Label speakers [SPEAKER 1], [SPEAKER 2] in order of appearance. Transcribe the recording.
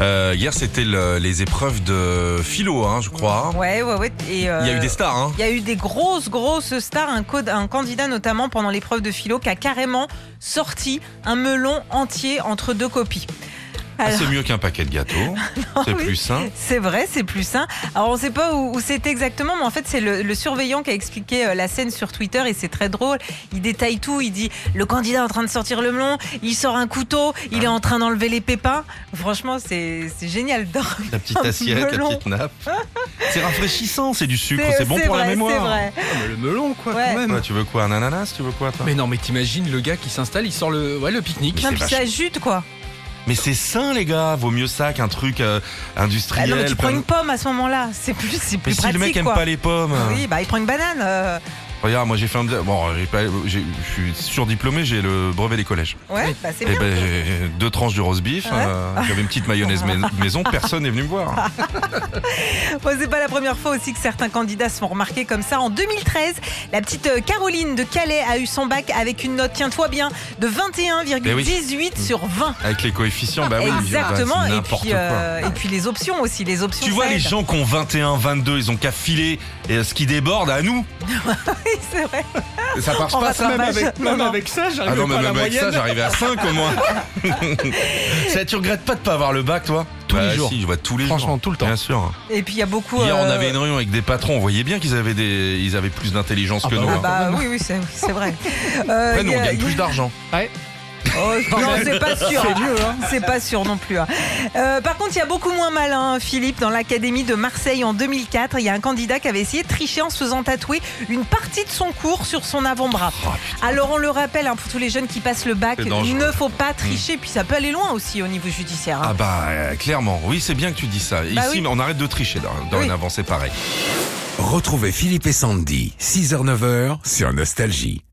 [SPEAKER 1] Euh, hier, c'était le- les épreuves de philo, hein, je crois.
[SPEAKER 2] Ouais, ouais, ouais. Et, euh,
[SPEAKER 1] Il y a eu des stars. Hein.
[SPEAKER 2] il y a eu des grosses, grosses stars. Un, code, un candidat, notamment pendant l'épreuve de philo, qui a carrément sorti un melon entier entre deux copies.
[SPEAKER 1] Ah,
[SPEAKER 2] Alors- Ah
[SPEAKER 1] c'est mieux qu'un paquet de gâteaux. C'est
[SPEAKER 2] oui.
[SPEAKER 1] plus sain.
[SPEAKER 2] C'est vrai, c'est plus sain. Alors on ne sait pas où, où c'est exactement, mais en fait c'est le, le surveillant qui a expliqué euh, la scène sur Twitter et c'est très drôle. Il détaille tout, il dit le candidat est en train de sortir le melon, il sort un couteau, il est
[SPEAKER 1] Ah.
[SPEAKER 2] en train d'enlever les pépins. Franchement c'est c'est génial. Dans-
[SPEAKER 3] La petite assiette, la
[SPEAKER 2] melon.
[SPEAKER 3] petite nappe. C'est rafraîchissant, c'est du sucre, c'est bon
[SPEAKER 2] c'est
[SPEAKER 3] pour la
[SPEAKER 2] vrai,
[SPEAKER 3] mémoire.
[SPEAKER 2] C'est vrai.
[SPEAKER 3] Ah, mais le melon, quoi,
[SPEAKER 2] Ouais.
[SPEAKER 3] quand même.
[SPEAKER 1] Ouais, tu veux quoi Un ananas Tu veux quoi toi
[SPEAKER 3] Mais non, mais t'imagines le gars qui s'installe, il sort le, ouais, le pique-nique.
[SPEAKER 2] Non,
[SPEAKER 1] c'est
[SPEAKER 2] puis ça jute quoi.
[SPEAKER 1] Mais c'est sain, les gars. Vaut mieux ça qu'un truc euh,
[SPEAKER 2] Ah
[SPEAKER 1] industriel.
[SPEAKER 2] non mais tu prends
[SPEAKER 1] plein de-
[SPEAKER 2] une pomme à ce moment-là, c'est plus, c'est
[SPEAKER 1] Mais
[SPEAKER 2] plus
[SPEAKER 1] si
[SPEAKER 2] pratique
[SPEAKER 1] le mec aime
[SPEAKER 2] quoi.
[SPEAKER 1] pas les pommes.
[SPEAKER 2] Oui, bah il prend une banane. euh,
[SPEAKER 1] Regarde, moi j'ai fait un. Bon, j'ai pas- j'ai- je suis surdiplômé, j'ai le brevet des collèges.
[SPEAKER 2] Ouais, bah c'est
[SPEAKER 1] Et
[SPEAKER 2] bien.
[SPEAKER 1] ben, j'ai deux tranches de roast beef,
[SPEAKER 2] Ouais.
[SPEAKER 1] euh, j'avais une petite mayonnaise mais- maison, personne n'est venu me voir.
[SPEAKER 2] Bon, c'est pas la première fois aussi que certains candidats se font remarquer comme ça. En 2013, la petite euh, Caroline de Calais a eu son bac avec une note, tiens-toi bien, de 21,18
[SPEAKER 1] Eh
[SPEAKER 2] sur 20.
[SPEAKER 1] Avec les coefficients, bah oui,
[SPEAKER 2] Exactement.
[SPEAKER 1] bah, c'est
[SPEAKER 2] et,
[SPEAKER 1] n'importe
[SPEAKER 2] puis,
[SPEAKER 1] quoi.
[SPEAKER 2] euh, et puis les options aussi, les options.
[SPEAKER 1] Tu vois
[SPEAKER 2] ça
[SPEAKER 1] les
[SPEAKER 2] aide.
[SPEAKER 1] gens qui ont 21, 22, ils ont qu'à filer et euh, ce qui déborde à nous.
[SPEAKER 2] Oui, c'est vrai.
[SPEAKER 1] Ça marche
[SPEAKER 2] On
[SPEAKER 1] pas
[SPEAKER 2] va
[SPEAKER 1] ça.
[SPEAKER 2] travailler. Non, non.
[SPEAKER 3] ça, j'arrive
[SPEAKER 1] Ah non, mais même avec ça, j'arrivais à 5 au moins. ça, tu regrettes pas de pas avoir le bac, toi
[SPEAKER 3] Tous les
[SPEAKER 1] Bah,
[SPEAKER 3] jours.
[SPEAKER 1] Si, je vois tous les
[SPEAKER 3] Franchement,
[SPEAKER 1] jours.
[SPEAKER 3] tout le temps.
[SPEAKER 1] Bien sûr.
[SPEAKER 2] Et puis il y a beaucoup.
[SPEAKER 1] Hier, on
[SPEAKER 2] euh,
[SPEAKER 1] avait une réunion avec des patrons. On voyait bien qu'ils avaient des, ils avaient plus d'intelligence
[SPEAKER 3] Ah
[SPEAKER 1] que
[SPEAKER 3] bah
[SPEAKER 1] nous.
[SPEAKER 3] ouais.
[SPEAKER 2] Ah
[SPEAKER 1] hein.
[SPEAKER 2] bah oui, oui, c'est c'est vrai. Euh,
[SPEAKER 1] Après, nous,
[SPEAKER 2] il y
[SPEAKER 1] on
[SPEAKER 2] a-
[SPEAKER 1] gagne
[SPEAKER 2] il y a-
[SPEAKER 1] plus d'argent.
[SPEAKER 2] Non, c'est Oh, pas sûr. C'est pas sûr non plus. hein. Euh, par contre, il y a beaucoup moins malin, Philippe, dans l'académie de Marseille en 2004. Il y a un candidat qui avait essayé de tricher en se faisant tatouer une partie de son cours sur son avant-bras. Alors on le rappelle hein, pour tous les jeunes qui passent le bac,
[SPEAKER 1] C'est
[SPEAKER 2] il
[SPEAKER 1] dangereux.
[SPEAKER 2] ne faut pas tricher. Puis ça peut aller loin aussi au niveau judiciaire. hein.
[SPEAKER 1] Ah bah euh, clairement, oui c'est bien que tu dis ça. Ici
[SPEAKER 2] Bah oui.
[SPEAKER 1] on arrête de tricher dans, dans
[SPEAKER 2] Oui.
[SPEAKER 1] un avant, c'est pareil.
[SPEAKER 4] Retrouvez Philippe et Sandy, 6h-9h sur Nostalgie.